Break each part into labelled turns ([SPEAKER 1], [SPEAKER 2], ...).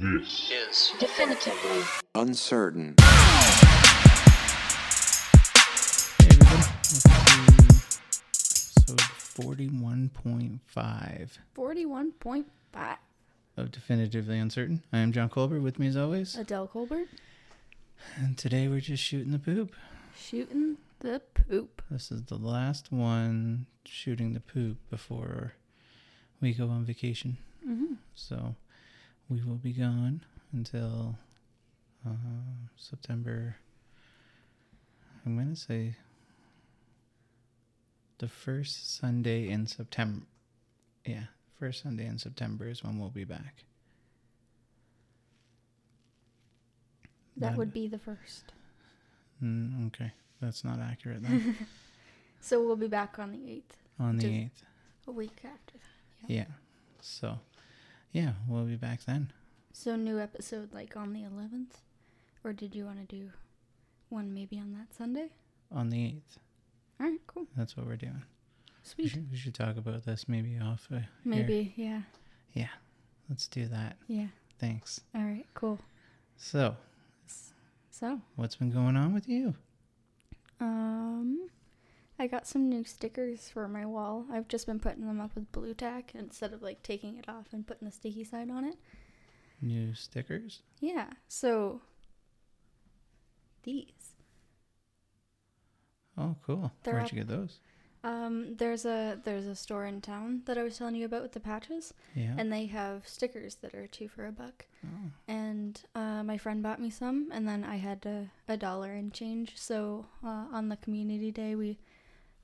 [SPEAKER 1] This
[SPEAKER 2] is
[SPEAKER 3] definitively
[SPEAKER 4] Uncertain.
[SPEAKER 5] Hey everybody, welcome to episode forty-one point five
[SPEAKER 6] 41.5.
[SPEAKER 5] of Definitively Uncertain. I am John Colbert. With me as always,
[SPEAKER 6] Adele Colbert
[SPEAKER 5] and today we're just shooting the poop.
[SPEAKER 6] shooting the poop.
[SPEAKER 5] This is the last one shooting the poop before we go on vacation.
[SPEAKER 6] Mm-hmm.
[SPEAKER 5] So we will be gone until uh, September. I'm gonna say the first Sunday in September. Yeah, first Sunday in September is when we'll be back.
[SPEAKER 6] That would be the first.
[SPEAKER 5] Mm, okay, that's not accurate then.
[SPEAKER 6] So we'll be back on the 8th,
[SPEAKER 5] On the
[SPEAKER 6] Just-
[SPEAKER 5] eighth.
[SPEAKER 6] a week after that.
[SPEAKER 5] Yeah. So, yeah, we'll be back then.
[SPEAKER 6] So, new episode like on the 11th? Or did you want to do one maybe on that Sunday?
[SPEAKER 5] on the 8th.
[SPEAKER 6] All right, cool.
[SPEAKER 5] That's what we're doing. We
[SPEAKER 6] Sweet.
[SPEAKER 5] should, we should talk about this maybe off. Uh, here.
[SPEAKER 6] Maybe, yeah.
[SPEAKER 5] Let's do that.
[SPEAKER 6] Yeah.
[SPEAKER 5] Thanks.
[SPEAKER 6] All right, cool.
[SPEAKER 5] So,
[SPEAKER 6] So,
[SPEAKER 5] what's been going on with you?
[SPEAKER 6] um, I got some new stickers for my wall. I've just been putting them up with blue tack instead of like taking it off and putting the sticky side on it.
[SPEAKER 5] New stickers?
[SPEAKER 6] Yeah, so these.
[SPEAKER 5] Oh, cool.
[SPEAKER 6] They're
[SPEAKER 5] Where'd
[SPEAKER 6] up.
[SPEAKER 5] you get those?
[SPEAKER 6] Um, there's a there's a store in town that I was telling you about with the patches,
[SPEAKER 5] Yeah.
[SPEAKER 6] and they have stickers that are two for a buck.
[SPEAKER 5] oh,
[SPEAKER 6] And uh, my friend bought me some, and then I had a, a dollar in change. So uh, on the community day, we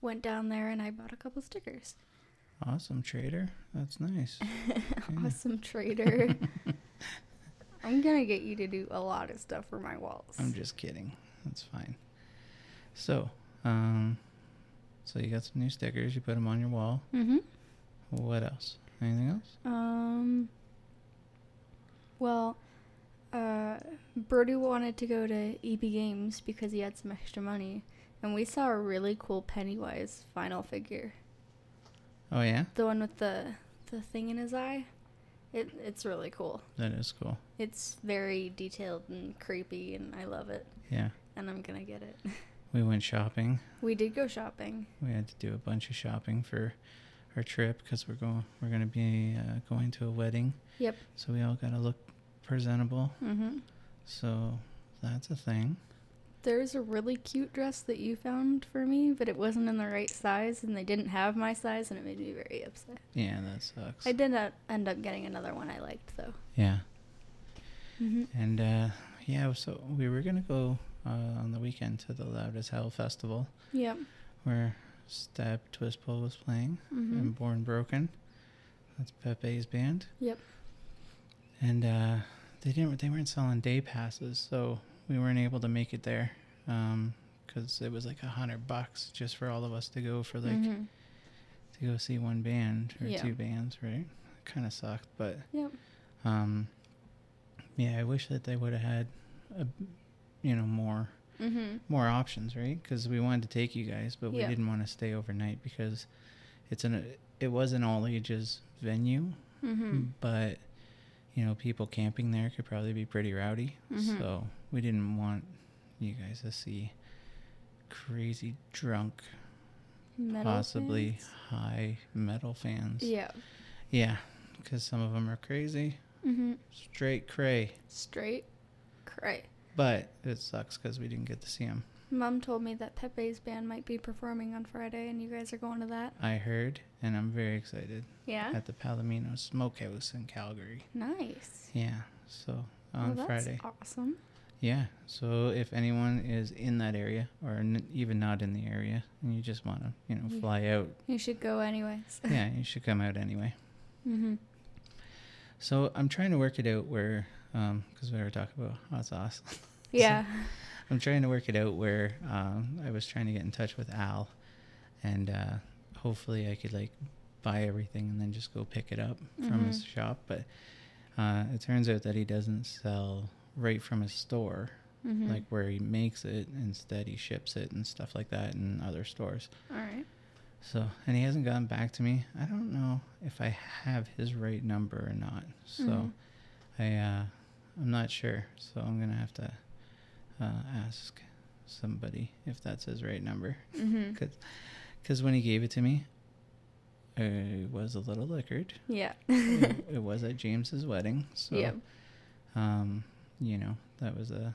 [SPEAKER 6] went down there and I bought a couple stickers.
[SPEAKER 5] awesome, trader. That's nice. Hmm.
[SPEAKER 6] Awesome trader. I'm gonna get you to do a lot of stuff for my walls.
[SPEAKER 5] I'm just kidding. That's fine. So, um, so you got some new stickers. You put them on your wall.
[SPEAKER 6] mm-hmm.
[SPEAKER 5] What else? Anything else?
[SPEAKER 6] Um. Well, uh, Birdie wanted to go to EB Games because he had some extra money, and we saw a really cool Pennywise final figure,
[SPEAKER 5] Oh, yeah?
[SPEAKER 6] the one with the the thing in his eye. It it's really cool.
[SPEAKER 5] That is cool.
[SPEAKER 6] It's very detailed and creepy, and I love it.
[SPEAKER 5] Yeah.
[SPEAKER 6] And I'm gonna get it.
[SPEAKER 5] We went shopping.
[SPEAKER 6] We did go shopping.
[SPEAKER 5] we had to do a bunch of shopping for our trip because we're going we're going to be uh, going to a wedding
[SPEAKER 6] Yep.
[SPEAKER 5] so we all got to look presentable
[SPEAKER 6] Mm-hmm.
[SPEAKER 5] so that's a thing
[SPEAKER 6] There's a really cute dress that you found for me, but it wasn't in the right size, and they didn't have my size, and it made me very upset.
[SPEAKER 5] yeah that sucks
[SPEAKER 6] I did not end up getting another one I liked though.
[SPEAKER 5] yeah
[SPEAKER 6] Mhm.
[SPEAKER 5] and uh yeah so we were going to go uh, on the weekend to the loud as hell festival
[SPEAKER 6] Yep.
[SPEAKER 5] where stab twistpole was playing
[SPEAKER 6] hmm
[SPEAKER 5] and born broken that's pepe's band
[SPEAKER 6] Yep.
[SPEAKER 5] and uh, they didn't they weren't selling day passes so we weren't able to make it there because it was like a hundred bucks just for all of us to go for like
[SPEAKER 6] Mhm.
[SPEAKER 5] to go see one band or
[SPEAKER 6] Yeah.
[SPEAKER 5] two bands right kind of sucked but
[SPEAKER 6] Yep.
[SPEAKER 5] um, yeah i wish that they would have had a, you know more
[SPEAKER 6] Mhm.
[SPEAKER 5] more options right because we wanted to take you guys but we
[SPEAKER 6] Yeah.
[SPEAKER 5] didn't want to stay overnight because it's an it was an all ages venue Hmm.
[SPEAKER 6] Mhm.
[SPEAKER 5] but you know people camping there could probably be pretty rowdy
[SPEAKER 6] Mhm.
[SPEAKER 5] so we didn't want you guys to see crazy drunk
[SPEAKER 6] Metal
[SPEAKER 5] possibly
[SPEAKER 6] bands?
[SPEAKER 5] high metal fans
[SPEAKER 6] Yeah.
[SPEAKER 5] yeah because some of them are crazy
[SPEAKER 6] Mhm.
[SPEAKER 5] straight cray
[SPEAKER 6] Straight. Cray.
[SPEAKER 5] but it sucks because we didn't get to see them
[SPEAKER 6] Mom told me that Pepe's band might be performing on Friday, and you guys are going to that.
[SPEAKER 5] i heard and i'm very excited
[SPEAKER 6] Yeah.
[SPEAKER 5] at the palomino smokehouse in calgary
[SPEAKER 6] nice.
[SPEAKER 5] yeah so on
[SPEAKER 6] well, that's
[SPEAKER 5] friday
[SPEAKER 6] Awesome.
[SPEAKER 5] Yeah. So if anyone is in that area or n- even not in the area and you just want to, you know,
[SPEAKER 6] Yeah.
[SPEAKER 5] fly out,
[SPEAKER 6] You should go anyways.
[SPEAKER 5] yeah, you should come out anyway.
[SPEAKER 6] mhm.
[SPEAKER 5] So I'm trying to work it out where, um 'cause because we were talking about hot sauce.
[SPEAKER 6] Yeah.
[SPEAKER 5] I'm trying to work it out where um, I was trying to get in touch with Al and uh, hopefully I could like buy everything and then just go pick it up from his shop. But uh, it turns out that he doesn't sell right from his store.
[SPEAKER 6] mhm.
[SPEAKER 5] like where he makes it instead he ships it and stuff like that in other stores
[SPEAKER 6] All right.
[SPEAKER 5] so and he hasn't gotten back to me
[SPEAKER 6] Mm-hmm.
[SPEAKER 5] i don't know if i have his right number or not so i uh I'm not sure, so I'm gonna have to uh, ask somebody if that's his right number.
[SPEAKER 6] Mm-hmm.
[SPEAKER 5] Cause, 'cause when he gave it to me, I was a little liquored.
[SPEAKER 6] Yeah.
[SPEAKER 5] it, it was at James's wedding, so
[SPEAKER 6] yeah.
[SPEAKER 5] um, you know that was a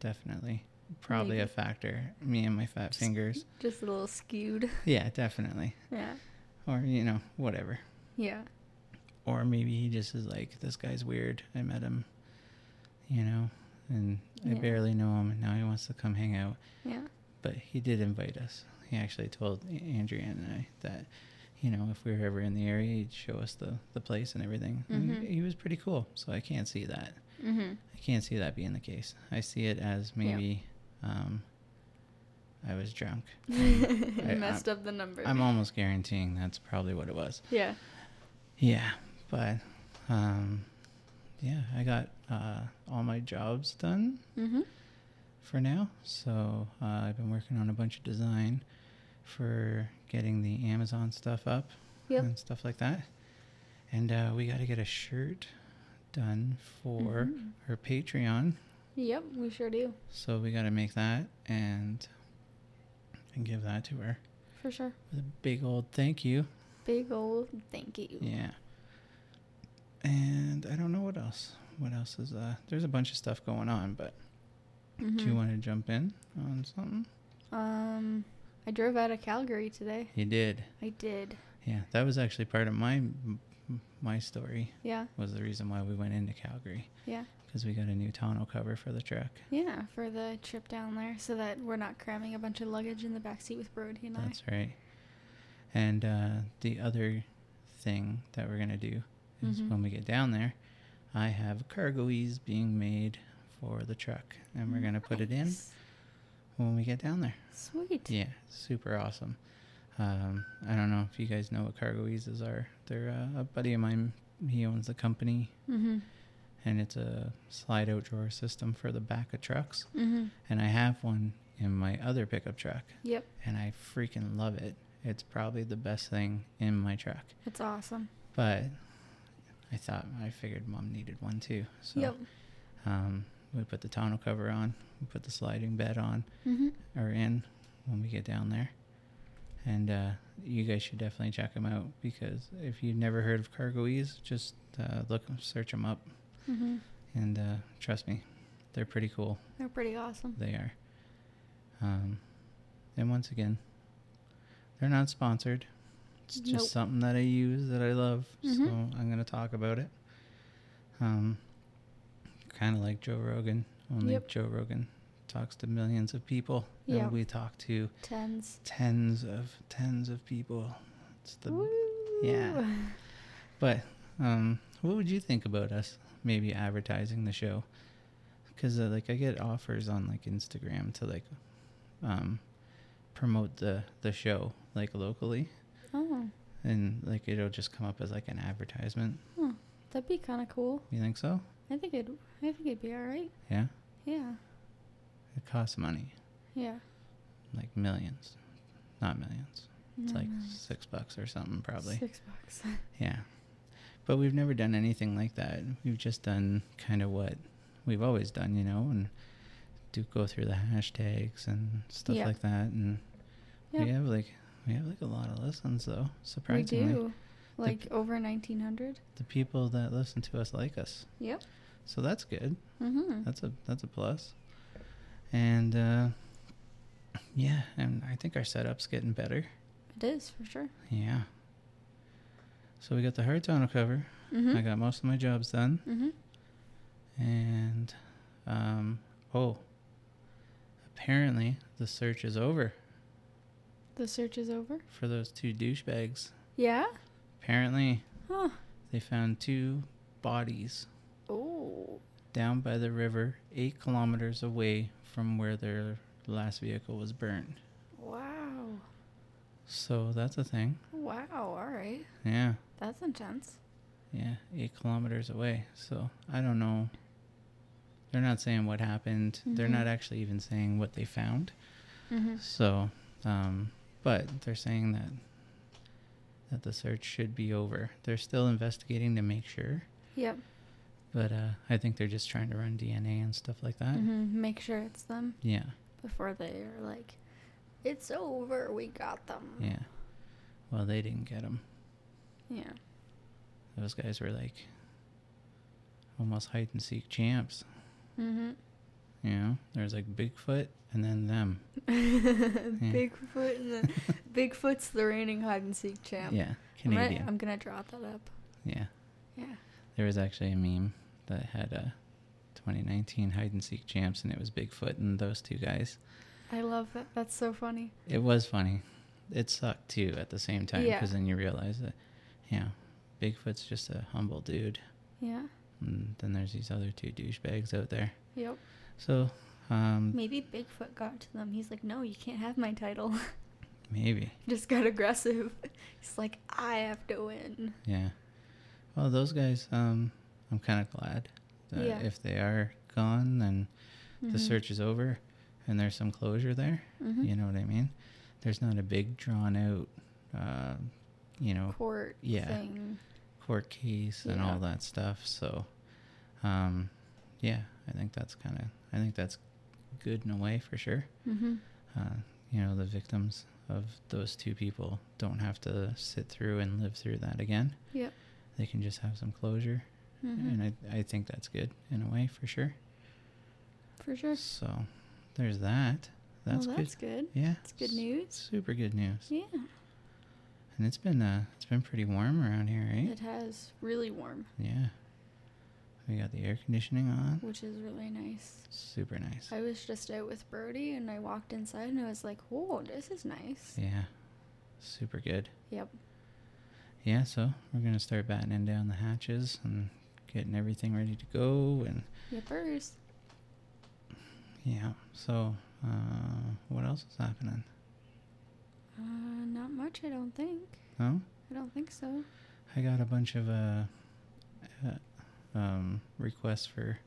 [SPEAKER 5] definitely probably a
[SPEAKER 6] Maybe.
[SPEAKER 5] factor. Me and my fat
[SPEAKER 6] Just-
[SPEAKER 5] fingers.
[SPEAKER 6] Just a little skewed.
[SPEAKER 5] Yeah, definitely.
[SPEAKER 6] Yeah.
[SPEAKER 5] Or you know whatever.
[SPEAKER 6] Yeah.
[SPEAKER 5] Or maybe he just is like this guy's weird. I met him, you know, and I
[SPEAKER 6] Yeah.
[SPEAKER 5] barely know him, and now he wants to come hang out.
[SPEAKER 6] Yeah.
[SPEAKER 5] but he did invite us. He actually told A- Andrea and I that, you know, if we were ever in the area, he'd show us the, the place and everything. And
[SPEAKER 6] Mhm.
[SPEAKER 5] he was pretty cool. So I can't see that.
[SPEAKER 6] Mm-hmm.
[SPEAKER 5] I can't see that being the case. I see it as maybe um, I was drunk. I-
[SPEAKER 6] messed up the number.
[SPEAKER 5] I'm almost guaranteeing that's probably what it was.
[SPEAKER 6] yeah.
[SPEAKER 5] Yeah, but um, yeah, I got uh, all my jobs done.
[SPEAKER 6] Mm-hmm.
[SPEAKER 5] for now. So uh, I've been working on a bunch of design for getting the Amazon stuff up
[SPEAKER 6] Yep.
[SPEAKER 5] and stuff like that. And uh, we got to get a shirt done for
[SPEAKER 6] Mhm.
[SPEAKER 5] her Patreon.
[SPEAKER 6] Yep. We sure do.
[SPEAKER 5] So we got to make that and and give that to her
[SPEAKER 6] For sure.
[SPEAKER 5] with a big old thank you.
[SPEAKER 6] Big old thank you.
[SPEAKER 5] Yeah. And I don't know what else. What else is uh there's a bunch of stuff going on, but do you
[SPEAKER 6] Mhm.
[SPEAKER 5] want to jump in on something?
[SPEAKER 6] Um, I drove out of Calgary today.
[SPEAKER 5] You did.
[SPEAKER 6] I did.
[SPEAKER 5] Yeah, that was actually part of my m- my story
[SPEAKER 6] Yeah.
[SPEAKER 5] was the reason why we went into Calgary
[SPEAKER 6] Yeah.
[SPEAKER 5] because we got a new tonneau cover for the truck.
[SPEAKER 6] Yeah, for the trip down there, so that we're not cramming a bunch of luggage in the backseat with Brody and
[SPEAKER 5] That's right. And uh, the other thing that we're gonna do is
[SPEAKER 6] Mhm.
[SPEAKER 5] when we get down there, I have cargoes being made for the truck,
[SPEAKER 6] I.
[SPEAKER 5] and we're gonna put it in
[SPEAKER 6] Mm. Nice.
[SPEAKER 5] when we get down there.
[SPEAKER 6] Sweet.
[SPEAKER 5] Yeah, super awesome. Um, I don't know if you guys know what cargoes are. They're uh, a buddy of mine. He owns the company.
[SPEAKER 6] Mm-hmm.
[SPEAKER 5] and it's a slide out drawer system for the back of trucks.
[SPEAKER 6] Mm-hmm.
[SPEAKER 5] And I have one in my other pickup truck,
[SPEAKER 6] Yep.
[SPEAKER 5] and I freaking love it. It's probably the best thing in my truck.
[SPEAKER 6] That's awesome.
[SPEAKER 5] But I thought I figured mom needed one too. So
[SPEAKER 6] Yep.
[SPEAKER 5] um, we put the tonneau cover on, we put the sliding bed on
[SPEAKER 6] Mm-hmm.
[SPEAKER 5] or in when we get down there. And uh, you guys should definitely check them out because if you've never heard of Cargo Ease, just uh, look, search them up.
[SPEAKER 6] Mm-hmm.
[SPEAKER 5] and uh, trust me, they're pretty cool.
[SPEAKER 6] They're pretty awesome.
[SPEAKER 5] They are. Um, and once again, they're not sponsored. It's just
[SPEAKER 6] Nope.
[SPEAKER 5] something that I use that I love, so
[SPEAKER 6] Mhm.
[SPEAKER 5] I'm gonna talk about it. Um, kind of like Joe Rogan, only
[SPEAKER 6] Yep.
[SPEAKER 5] Joe Rogan talks to millions of people,
[SPEAKER 6] Yep.
[SPEAKER 5] and we talk to
[SPEAKER 6] Tens.
[SPEAKER 5] tens of tens of people. It's the
[SPEAKER 6] Woo.
[SPEAKER 5] yeah. But um, what would you think about us maybe advertising the show? Because uh, like I get offers on like Instagram to like um, promote the the show like locally,
[SPEAKER 6] Oh,
[SPEAKER 5] and like it'll just come up as like an advertisement.
[SPEAKER 6] that'd be kind of cool.
[SPEAKER 5] You think so?
[SPEAKER 6] I think it. I think it'd be all right.
[SPEAKER 5] Yeah.
[SPEAKER 6] Yeah.
[SPEAKER 5] It costs money,
[SPEAKER 6] Yeah.
[SPEAKER 5] like millions, not millions. It's
[SPEAKER 6] No,
[SPEAKER 5] like
[SPEAKER 6] no.
[SPEAKER 5] six bucks or something probably.
[SPEAKER 6] six bucks.
[SPEAKER 5] Yeah. But we've never done anything like that. We've just done kind of what we've always done, you know, and do go through the hashtags and stuff
[SPEAKER 6] Yeah.
[SPEAKER 5] like that. And
[SPEAKER 6] Yeah.
[SPEAKER 5] we have like we have like a lot of listens though.
[SPEAKER 6] We
[SPEAKER 5] Surprisingly,
[SPEAKER 6] do. Like over 1900.
[SPEAKER 5] the people that listen to us like us.
[SPEAKER 6] Yep.
[SPEAKER 5] So that's good.
[SPEAKER 6] Mm-hmm.
[SPEAKER 5] That's a that's a plus. And uh, yeah, and I think our setup's getting better.
[SPEAKER 6] It is for sure.
[SPEAKER 5] Yeah. So we got the hard tonal cover.
[SPEAKER 6] Mm-hmm.
[SPEAKER 5] I got most of my jobs done.
[SPEAKER 6] Mm-hmm.
[SPEAKER 5] And um oh. Apparently the search is over
[SPEAKER 6] The search is over.
[SPEAKER 5] for those two douchebags.
[SPEAKER 6] Yeah.
[SPEAKER 5] Apparently
[SPEAKER 6] Huh.
[SPEAKER 5] they found two bodies
[SPEAKER 6] Oh.
[SPEAKER 5] down by the river 8 kilometers away from where their last vehicle was burned.
[SPEAKER 6] Wow.
[SPEAKER 5] So that's a thing.
[SPEAKER 6] Wow. All right.
[SPEAKER 5] Yeah.
[SPEAKER 6] That's intense.
[SPEAKER 5] Yeah, 8 kilometers away. So I don't know they're not saying what happened. They're
[SPEAKER 6] Mhm.
[SPEAKER 5] not actually even saying what they found.
[SPEAKER 6] Mm-hmm.
[SPEAKER 5] So, um, but they're saying that that the search should be over. They're still investigating to make sure,
[SPEAKER 6] Yep.
[SPEAKER 5] But uh, I think they're just trying to run DNA and stuff like that.
[SPEAKER 6] hmm Make sure it's them
[SPEAKER 5] Yeah,
[SPEAKER 6] before they are like, it's over. We got them.
[SPEAKER 5] yeah. Well, they didn't get them.
[SPEAKER 6] Yeah.
[SPEAKER 5] Those guys were like almost hide and seek champs.
[SPEAKER 6] Mm-hmm.
[SPEAKER 5] You know, there's like Bigfoot and then them.
[SPEAKER 6] Bigfoot and the Bigfoot's the reigning hide and seek champ.
[SPEAKER 5] Yeah,
[SPEAKER 6] I'm gonna-
[SPEAKER 5] Canadian.
[SPEAKER 6] I'm gonna draw that up.
[SPEAKER 5] yeah,
[SPEAKER 6] Yeah.
[SPEAKER 5] there was actually a meme that had a 2019 hide and seek champs, and it was Bigfoot and those two guys.
[SPEAKER 6] I love that. That's so funny.
[SPEAKER 5] It was funny. It sucked too at the same time
[SPEAKER 6] Yeah.
[SPEAKER 5] because then you realize that, yeah, Bigfoot's just a humble dude,
[SPEAKER 6] Yeah.
[SPEAKER 5] and then there's these other two douchebags out there.
[SPEAKER 6] Yep.
[SPEAKER 5] So, um,
[SPEAKER 6] Maybe Bigfoot got to them. He's like, no, you can't have my title.
[SPEAKER 5] maybe,
[SPEAKER 6] Just got aggressive. He's like, I have to win.
[SPEAKER 5] yeah. Well, those guys, um, I'm kind of glad that
[SPEAKER 6] Yeah.
[SPEAKER 5] if they are gone, then the
[SPEAKER 6] Mhm.
[SPEAKER 5] search is over, and there's some closure there.
[SPEAKER 6] Mhm.
[SPEAKER 5] You know what I mean? There's not a big drawn out, uh, you know,
[SPEAKER 6] court
[SPEAKER 5] yeah.
[SPEAKER 6] thing.
[SPEAKER 5] court case and
[SPEAKER 6] Yeah.
[SPEAKER 5] all that stuff. So, um, yeah, I think that's kind of, I think that's good in a way for sure.
[SPEAKER 6] Mm-hmm.
[SPEAKER 5] Uh, you know, the victims of those two people don't have to sit through and live through that again.
[SPEAKER 6] Yep.
[SPEAKER 5] They can just have some closure.
[SPEAKER 6] Mm-hmm.
[SPEAKER 5] And I, I think that's good in a way for sure.
[SPEAKER 6] For sure.
[SPEAKER 5] So, there's that. That's
[SPEAKER 6] well,
[SPEAKER 5] good.
[SPEAKER 6] that's good.
[SPEAKER 5] Yeah.
[SPEAKER 6] That's good
[SPEAKER 5] s-
[SPEAKER 6] news.
[SPEAKER 5] Super good news.
[SPEAKER 6] Yeah.
[SPEAKER 5] And it's been uh, it's been pretty warm around here, right?
[SPEAKER 6] It has really warm,
[SPEAKER 5] Yeah. We got the air conditioning on.
[SPEAKER 6] which is really nice.
[SPEAKER 5] Super nice.
[SPEAKER 6] I was just out with Brody and I walked inside and I was like, whoa, this is nice.
[SPEAKER 5] Yeah. Super good.
[SPEAKER 6] Yep.
[SPEAKER 5] Yeah, so we're gonna start battening down the hatches and getting everything ready to go and
[SPEAKER 6] Yippers.
[SPEAKER 5] yeah. So uh what else is happening?
[SPEAKER 6] Uh, not much, I don't think.
[SPEAKER 5] No?
[SPEAKER 6] I don't think so.
[SPEAKER 5] I got a bunch of uh, uh um requests for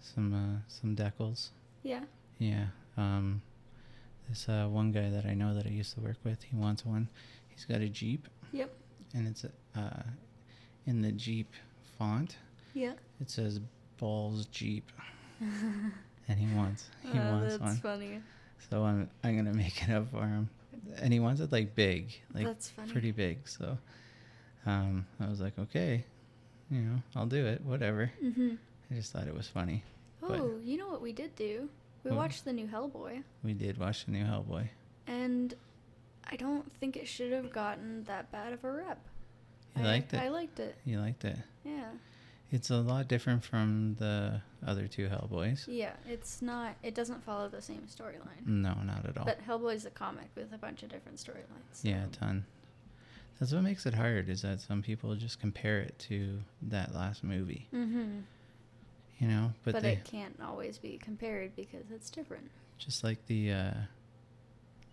[SPEAKER 5] some uh some decals.
[SPEAKER 6] Yeah.
[SPEAKER 5] Yeah. Um, this uh, one guy that I know that I used to work with, he wants one. He's got a Jeep.
[SPEAKER 6] Yep.
[SPEAKER 5] And it's uh, in the Jeep font.
[SPEAKER 6] Yeah.
[SPEAKER 5] It says balls Jeep. and he wants he wants
[SPEAKER 6] Oh, Uh, that's
[SPEAKER 5] one.
[SPEAKER 6] funny.
[SPEAKER 5] So I'm I'm gonna make it up for him. And he wants it like big, like
[SPEAKER 6] that's funny.
[SPEAKER 5] pretty big. So um, I was like, okay, you know, I'll do it. Whatever.
[SPEAKER 6] Mm-hmm.
[SPEAKER 5] I just thought it was funny. But-
[SPEAKER 6] Oh, you know what we did do? We
[SPEAKER 5] What?
[SPEAKER 6] watched the new Hellboy,
[SPEAKER 5] We did watch the new Hellboy.
[SPEAKER 6] and I don't think it should have gotten that bad of a rep.
[SPEAKER 5] You
[SPEAKER 6] I,
[SPEAKER 5] liked it.
[SPEAKER 6] I liked it.
[SPEAKER 5] you liked it.
[SPEAKER 6] Yeah.
[SPEAKER 5] It's a lot different from the other two Hellboys.
[SPEAKER 6] Yeah. It's not. It doesn't follow the same storyline.
[SPEAKER 5] No, not at all.
[SPEAKER 6] But Hellboy's a comic with a bunch of different storylines.
[SPEAKER 5] yeah, a
[SPEAKER 6] so-
[SPEAKER 5] ton. That's what makes it hard is that some people just compare it to that last movie,
[SPEAKER 6] Mhm.
[SPEAKER 5] you know. But,
[SPEAKER 6] But,
[SPEAKER 5] they
[SPEAKER 6] it can't always be compared because it's different.
[SPEAKER 5] just like the uh,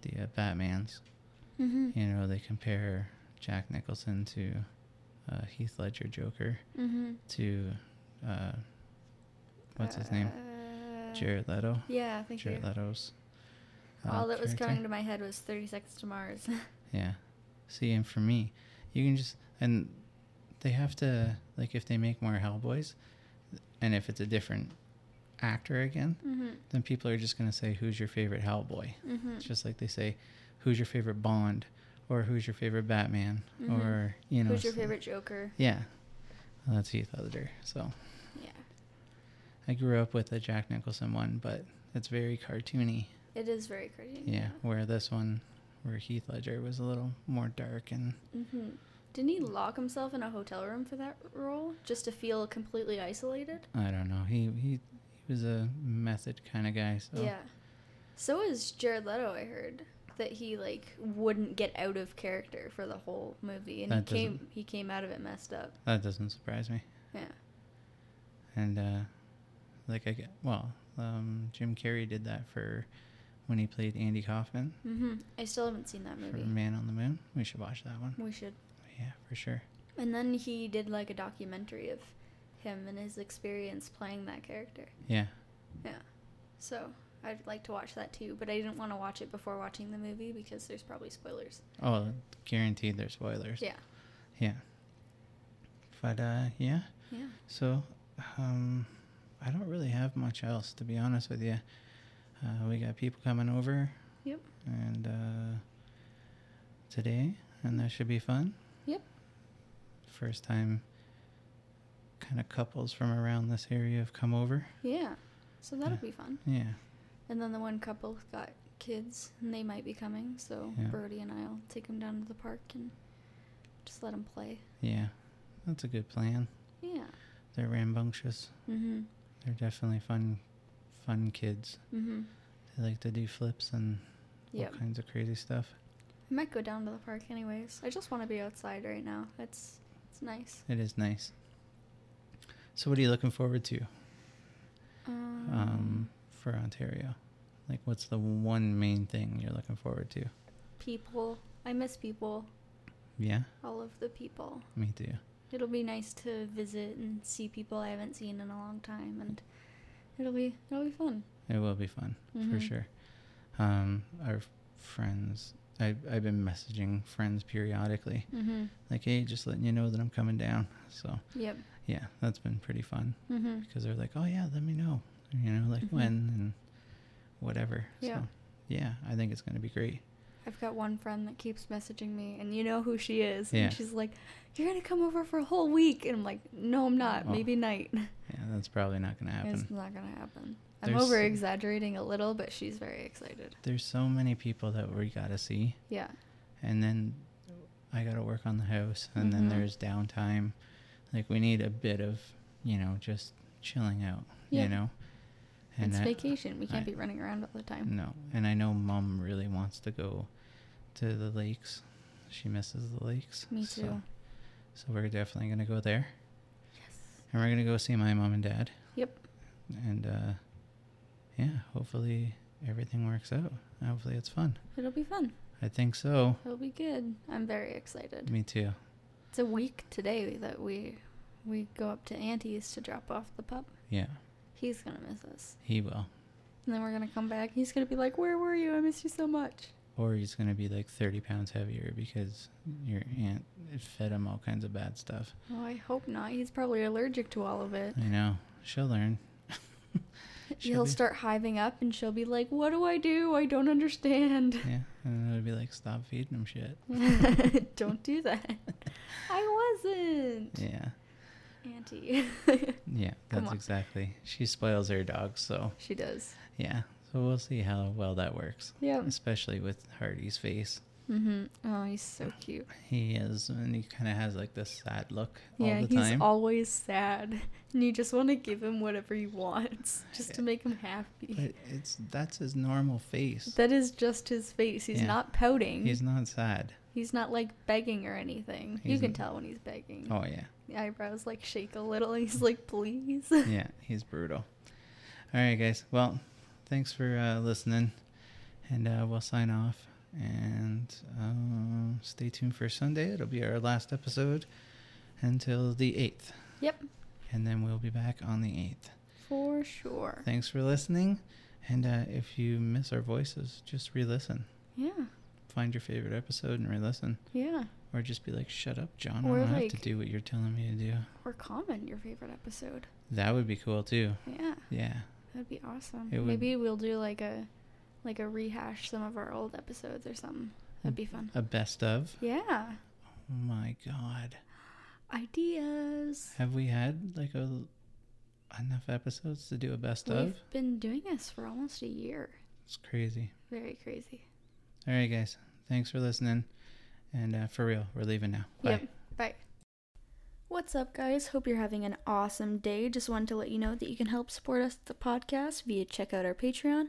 [SPEAKER 5] the uh, Batman's,
[SPEAKER 6] Mm-hmm.
[SPEAKER 5] you know, they compare Jack Nicholson to uh, Heath Ledger Joker
[SPEAKER 6] Mm-hmm.
[SPEAKER 5] to uh, what's his name, Jared Leto.
[SPEAKER 6] Yeah, Uh, thank
[SPEAKER 5] Jared
[SPEAKER 6] you.
[SPEAKER 5] Leto's. uh,
[SPEAKER 6] All that was
[SPEAKER 5] character.
[SPEAKER 6] coming to my head was 30 Seconds to Mars.
[SPEAKER 5] Yeah. See, and for me, you can just and they have to like if they make more Hellboys, and if it's a different actor again,
[SPEAKER 6] mm-hmm.
[SPEAKER 5] then people are just gonna say, "Who's your favorite Hellboy?"
[SPEAKER 6] Mm-hmm.
[SPEAKER 5] It's just like they say, "Who's your favorite Bond?" or "Who's your favorite Batman?"
[SPEAKER 6] Mhm.
[SPEAKER 5] or you know,
[SPEAKER 6] Who's your
[SPEAKER 5] s-
[SPEAKER 6] favorite Joker?
[SPEAKER 5] Yeah, well, that's Heath Ledger. So
[SPEAKER 6] Yeah.
[SPEAKER 5] I grew up with the Jack Nicholson one, but it's very cartoony.
[SPEAKER 6] It is very crazy.
[SPEAKER 5] Yeah, where this one, where Heath Ledger was a little more dark and
[SPEAKER 6] Mm-hmm. Didn't he lock himself in a hotel room for that role just to feel completely isolated?
[SPEAKER 5] I don't know. He he, he was a method kind of guy. So
[SPEAKER 6] Yeah. So is Jared Leto. I heard that he like wouldn't get out of character for the whole movie, and
[SPEAKER 5] That
[SPEAKER 6] he
[SPEAKER 5] doesn't-
[SPEAKER 6] came he came out of it messed up.
[SPEAKER 5] that doesn't surprise me.
[SPEAKER 6] Yeah.
[SPEAKER 5] And uh, like I get- well, um, Jim Carrey did that for when he played Andy Kaufman
[SPEAKER 6] Mm-hmm. I still haven't seen that
[SPEAKER 5] for
[SPEAKER 6] movie.
[SPEAKER 5] Man on the Moon. We should watch that one.
[SPEAKER 6] We should.
[SPEAKER 5] Yeah, for sure.
[SPEAKER 6] And then he did like a documentary of him and his experience playing that character.
[SPEAKER 5] Yeah,
[SPEAKER 6] So I'd like to watch that too, but I didn't want to watch it before watching the movie because there's probably spoilers.
[SPEAKER 5] Oh, guaranteed there's spoilers.
[SPEAKER 6] Yeah.
[SPEAKER 5] Yeah. But uh, yeah.
[SPEAKER 6] Yeah.
[SPEAKER 5] So Um, I don't really have much else to be honest with you. Uh, we got people coming over.
[SPEAKER 6] Yep.
[SPEAKER 5] And uh, today, and that should be fun.
[SPEAKER 6] Yep.
[SPEAKER 5] First time, kind of couples from around this area have come over.
[SPEAKER 6] Yeah. So that'll
[SPEAKER 5] Yeah.
[SPEAKER 6] be fun.
[SPEAKER 5] Yeah.
[SPEAKER 6] And then the one couple's got kids, and they might be coming. So
[SPEAKER 5] Yeah.
[SPEAKER 6] Brody and I'll take them down to the park and just let them play.
[SPEAKER 5] Yeah. That's a good plan.
[SPEAKER 6] Yeah.
[SPEAKER 5] They're rambunctious.
[SPEAKER 6] Mm-hmm.
[SPEAKER 5] They're definitely fun, fun kids.
[SPEAKER 6] Mm-hmm.
[SPEAKER 5] They like to do flips and
[SPEAKER 6] Yep.
[SPEAKER 5] all kinds of crazy stuff.
[SPEAKER 6] I might go down to the park anyways. I just want to be outside right now. It's it's nice.
[SPEAKER 5] It is nice. So, what are you looking forward to
[SPEAKER 6] Um,
[SPEAKER 5] um, for Ontario? Like, what's the one main thing you're looking forward to?
[SPEAKER 6] people. I miss people.
[SPEAKER 5] Yeah,
[SPEAKER 6] All of the people.
[SPEAKER 5] me too.
[SPEAKER 6] It'll be nice to visit and see people I haven't seen in a long time, and it'll be it'll be fun.
[SPEAKER 5] It will be fun for
[SPEAKER 6] Mhm.
[SPEAKER 5] sure. Um, our f- friends, I, I've been messaging friends periodically,
[SPEAKER 6] Mm-hmm.
[SPEAKER 5] like, hey, just letting you know that I'm coming down. So,
[SPEAKER 6] Yep.
[SPEAKER 5] yeah, that's been pretty fun
[SPEAKER 6] Mm-hmm.
[SPEAKER 5] because they're like, oh, yeah, let me know, you know, like
[SPEAKER 6] Mhm.
[SPEAKER 5] when and whatever.
[SPEAKER 6] Yeah.
[SPEAKER 5] So, yeah, I think it's going to be great.
[SPEAKER 6] I've got one friend that keeps messaging me, and you know who she is.
[SPEAKER 5] Yeah.
[SPEAKER 6] And she's like, "You're gonna come over for a whole week," and I'm like, "No, I'm not.
[SPEAKER 5] Oh.
[SPEAKER 6] Maybe night.
[SPEAKER 5] Yeah, that's probably not going to happen.
[SPEAKER 6] It's not gonna happen." I'm
[SPEAKER 5] There's-
[SPEAKER 6] over exaggerating a little, but she's very excited.
[SPEAKER 5] There's so many people that we got to see,
[SPEAKER 6] Yeah.
[SPEAKER 5] and then I got to work on the house, and
[SPEAKER 6] Mhm.
[SPEAKER 5] then there's downtime. Like we need a bit of, you know, just chilling out,
[SPEAKER 6] Yeah.
[SPEAKER 5] you know.
[SPEAKER 6] it's
[SPEAKER 5] I-
[SPEAKER 6] vacation. We can't
[SPEAKER 5] I-
[SPEAKER 6] be running around all the time.
[SPEAKER 5] No, and I know Mum really wants to go to the lakes. She misses the lakes.
[SPEAKER 6] Me
[SPEAKER 5] so-
[SPEAKER 6] too.
[SPEAKER 5] so we're definitely gonna go there,
[SPEAKER 6] Yes.
[SPEAKER 5] and we're gonna go see my mom and dad,
[SPEAKER 6] Yep.
[SPEAKER 5] and uh, yeah, hopefully everything works out. Hopefully it's fun.
[SPEAKER 6] It'll be fun.
[SPEAKER 5] I think so.
[SPEAKER 6] It'll be good. I'm very excited.
[SPEAKER 5] Me too.
[SPEAKER 6] It's a week today that we we go up to Auntie's to drop off the pup.
[SPEAKER 5] Yeah,
[SPEAKER 6] He's gonna miss us,
[SPEAKER 5] he will.
[SPEAKER 6] and then we're gonna come back. He's gonna be like, "Where were you? I missed you so much."
[SPEAKER 5] Or he's going to be like 30 pounds heavier because your aunt fed him all kinds of bad stuff.
[SPEAKER 6] Oh, I hope not. He's probably allergic to all of it.
[SPEAKER 5] I know. She'll learn. She'll
[SPEAKER 6] He'll
[SPEAKER 5] be-
[SPEAKER 6] start hiving up, and she'll be like, "What do I do? I don't understand."
[SPEAKER 5] Yeah. And it'll be like, stop feeding him shit.
[SPEAKER 6] don't do that. I wasn't,
[SPEAKER 5] Yeah.
[SPEAKER 6] Auntie.
[SPEAKER 5] Yeah.
[SPEAKER 6] Come
[SPEAKER 5] That's
[SPEAKER 6] on.
[SPEAKER 5] exactly. She spoils her dog. So,
[SPEAKER 6] she does.
[SPEAKER 5] yeah. So we'll see how well that works.
[SPEAKER 6] Yeah.
[SPEAKER 5] Especially with Hardy's face.
[SPEAKER 6] Mm-hmm. Oh, he's so cute.
[SPEAKER 5] He is, and he kind of has like this sad look
[SPEAKER 6] yeah,
[SPEAKER 5] all the
[SPEAKER 6] he's
[SPEAKER 5] time.
[SPEAKER 6] always sad, and you just want to give him whatever he wants, just to make him happy.
[SPEAKER 5] but it's that's his normal face.
[SPEAKER 6] That is just his face. He's
[SPEAKER 5] Yeah.
[SPEAKER 6] not pouting.
[SPEAKER 5] He's
[SPEAKER 6] He's,
[SPEAKER 5] not sad.
[SPEAKER 6] not like begging or anything. You
[SPEAKER 5] He's
[SPEAKER 6] can
[SPEAKER 5] n-
[SPEAKER 6] tell when he's begging.
[SPEAKER 5] Oh yeah.
[SPEAKER 6] The eyebrows like shake a little. He's like, please.
[SPEAKER 5] yeah, he's brutal. All right, guys. Well, thanks for uh, listening, and uh, we'll sign off. And um, stay tuned for Sunday. It'll be our last episode until the eighth,
[SPEAKER 6] Yep,
[SPEAKER 5] and then we'll be back on the eighth.
[SPEAKER 6] for sure.
[SPEAKER 5] Thanks for listening, and uh, if you miss our voices, just re-listen.
[SPEAKER 6] Yeah,
[SPEAKER 5] Find your favorite episode and re-listen,
[SPEAKER 6] yeah.
[SPEAKER 5] or just be like, "Shut up, John!
[SPEAKER 6] Or,
[SPEAKER 5] I don't
[SPEAKER 6] like-
[SPEAKER 5] have to do what you're telling me to do."
[SPEAKER 6] Or comment your favorite episode.
[SPEAKER 5] That would be cool too.
[SPEAKER 6] Yeah,
[SPEAKER 5] Yeah,
[SPEAKER 6] that'd be awesome.
[SPEAKER 5] It would-
[SPEAKER 6] Maybe we'll do like a, like a rehash some of our old episodes or something. That'd be fun.
[SPEAKER 5] a best of.
[SPEAKER 6] Yeah,
[SPEAKER 5] Oh my god.
[SPEAKER 6] ideas.
[SPEAKER 5] Have we had like a enough episodes to do a best of?
[SPEAKER 6] We've been doing this for almost a year.
[SPEAKER 5] It's crazy.
[SPEAKER 6] Very crazy.
[SPEAKER 5] All right, guys. Thanks for listening. And uh, for real, we're leaving now. Bye.
[SPEAKER 6] Yep. Bye. What's up, guys? Hope you're having an awesome day. Just wanted to let you know that you can help support us at the podcast via check out our Patreon.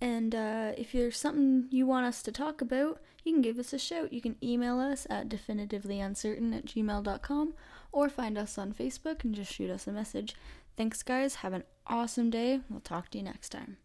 [SPEAKER 6] And uh, if there's something you want us to talk about, you can give us a shout. You can email us at definitivelyancertain at gmail.com or find us on Facebook and just shoot us a message. Thanks, guys. Have an awesome day. We'll talk to you next time.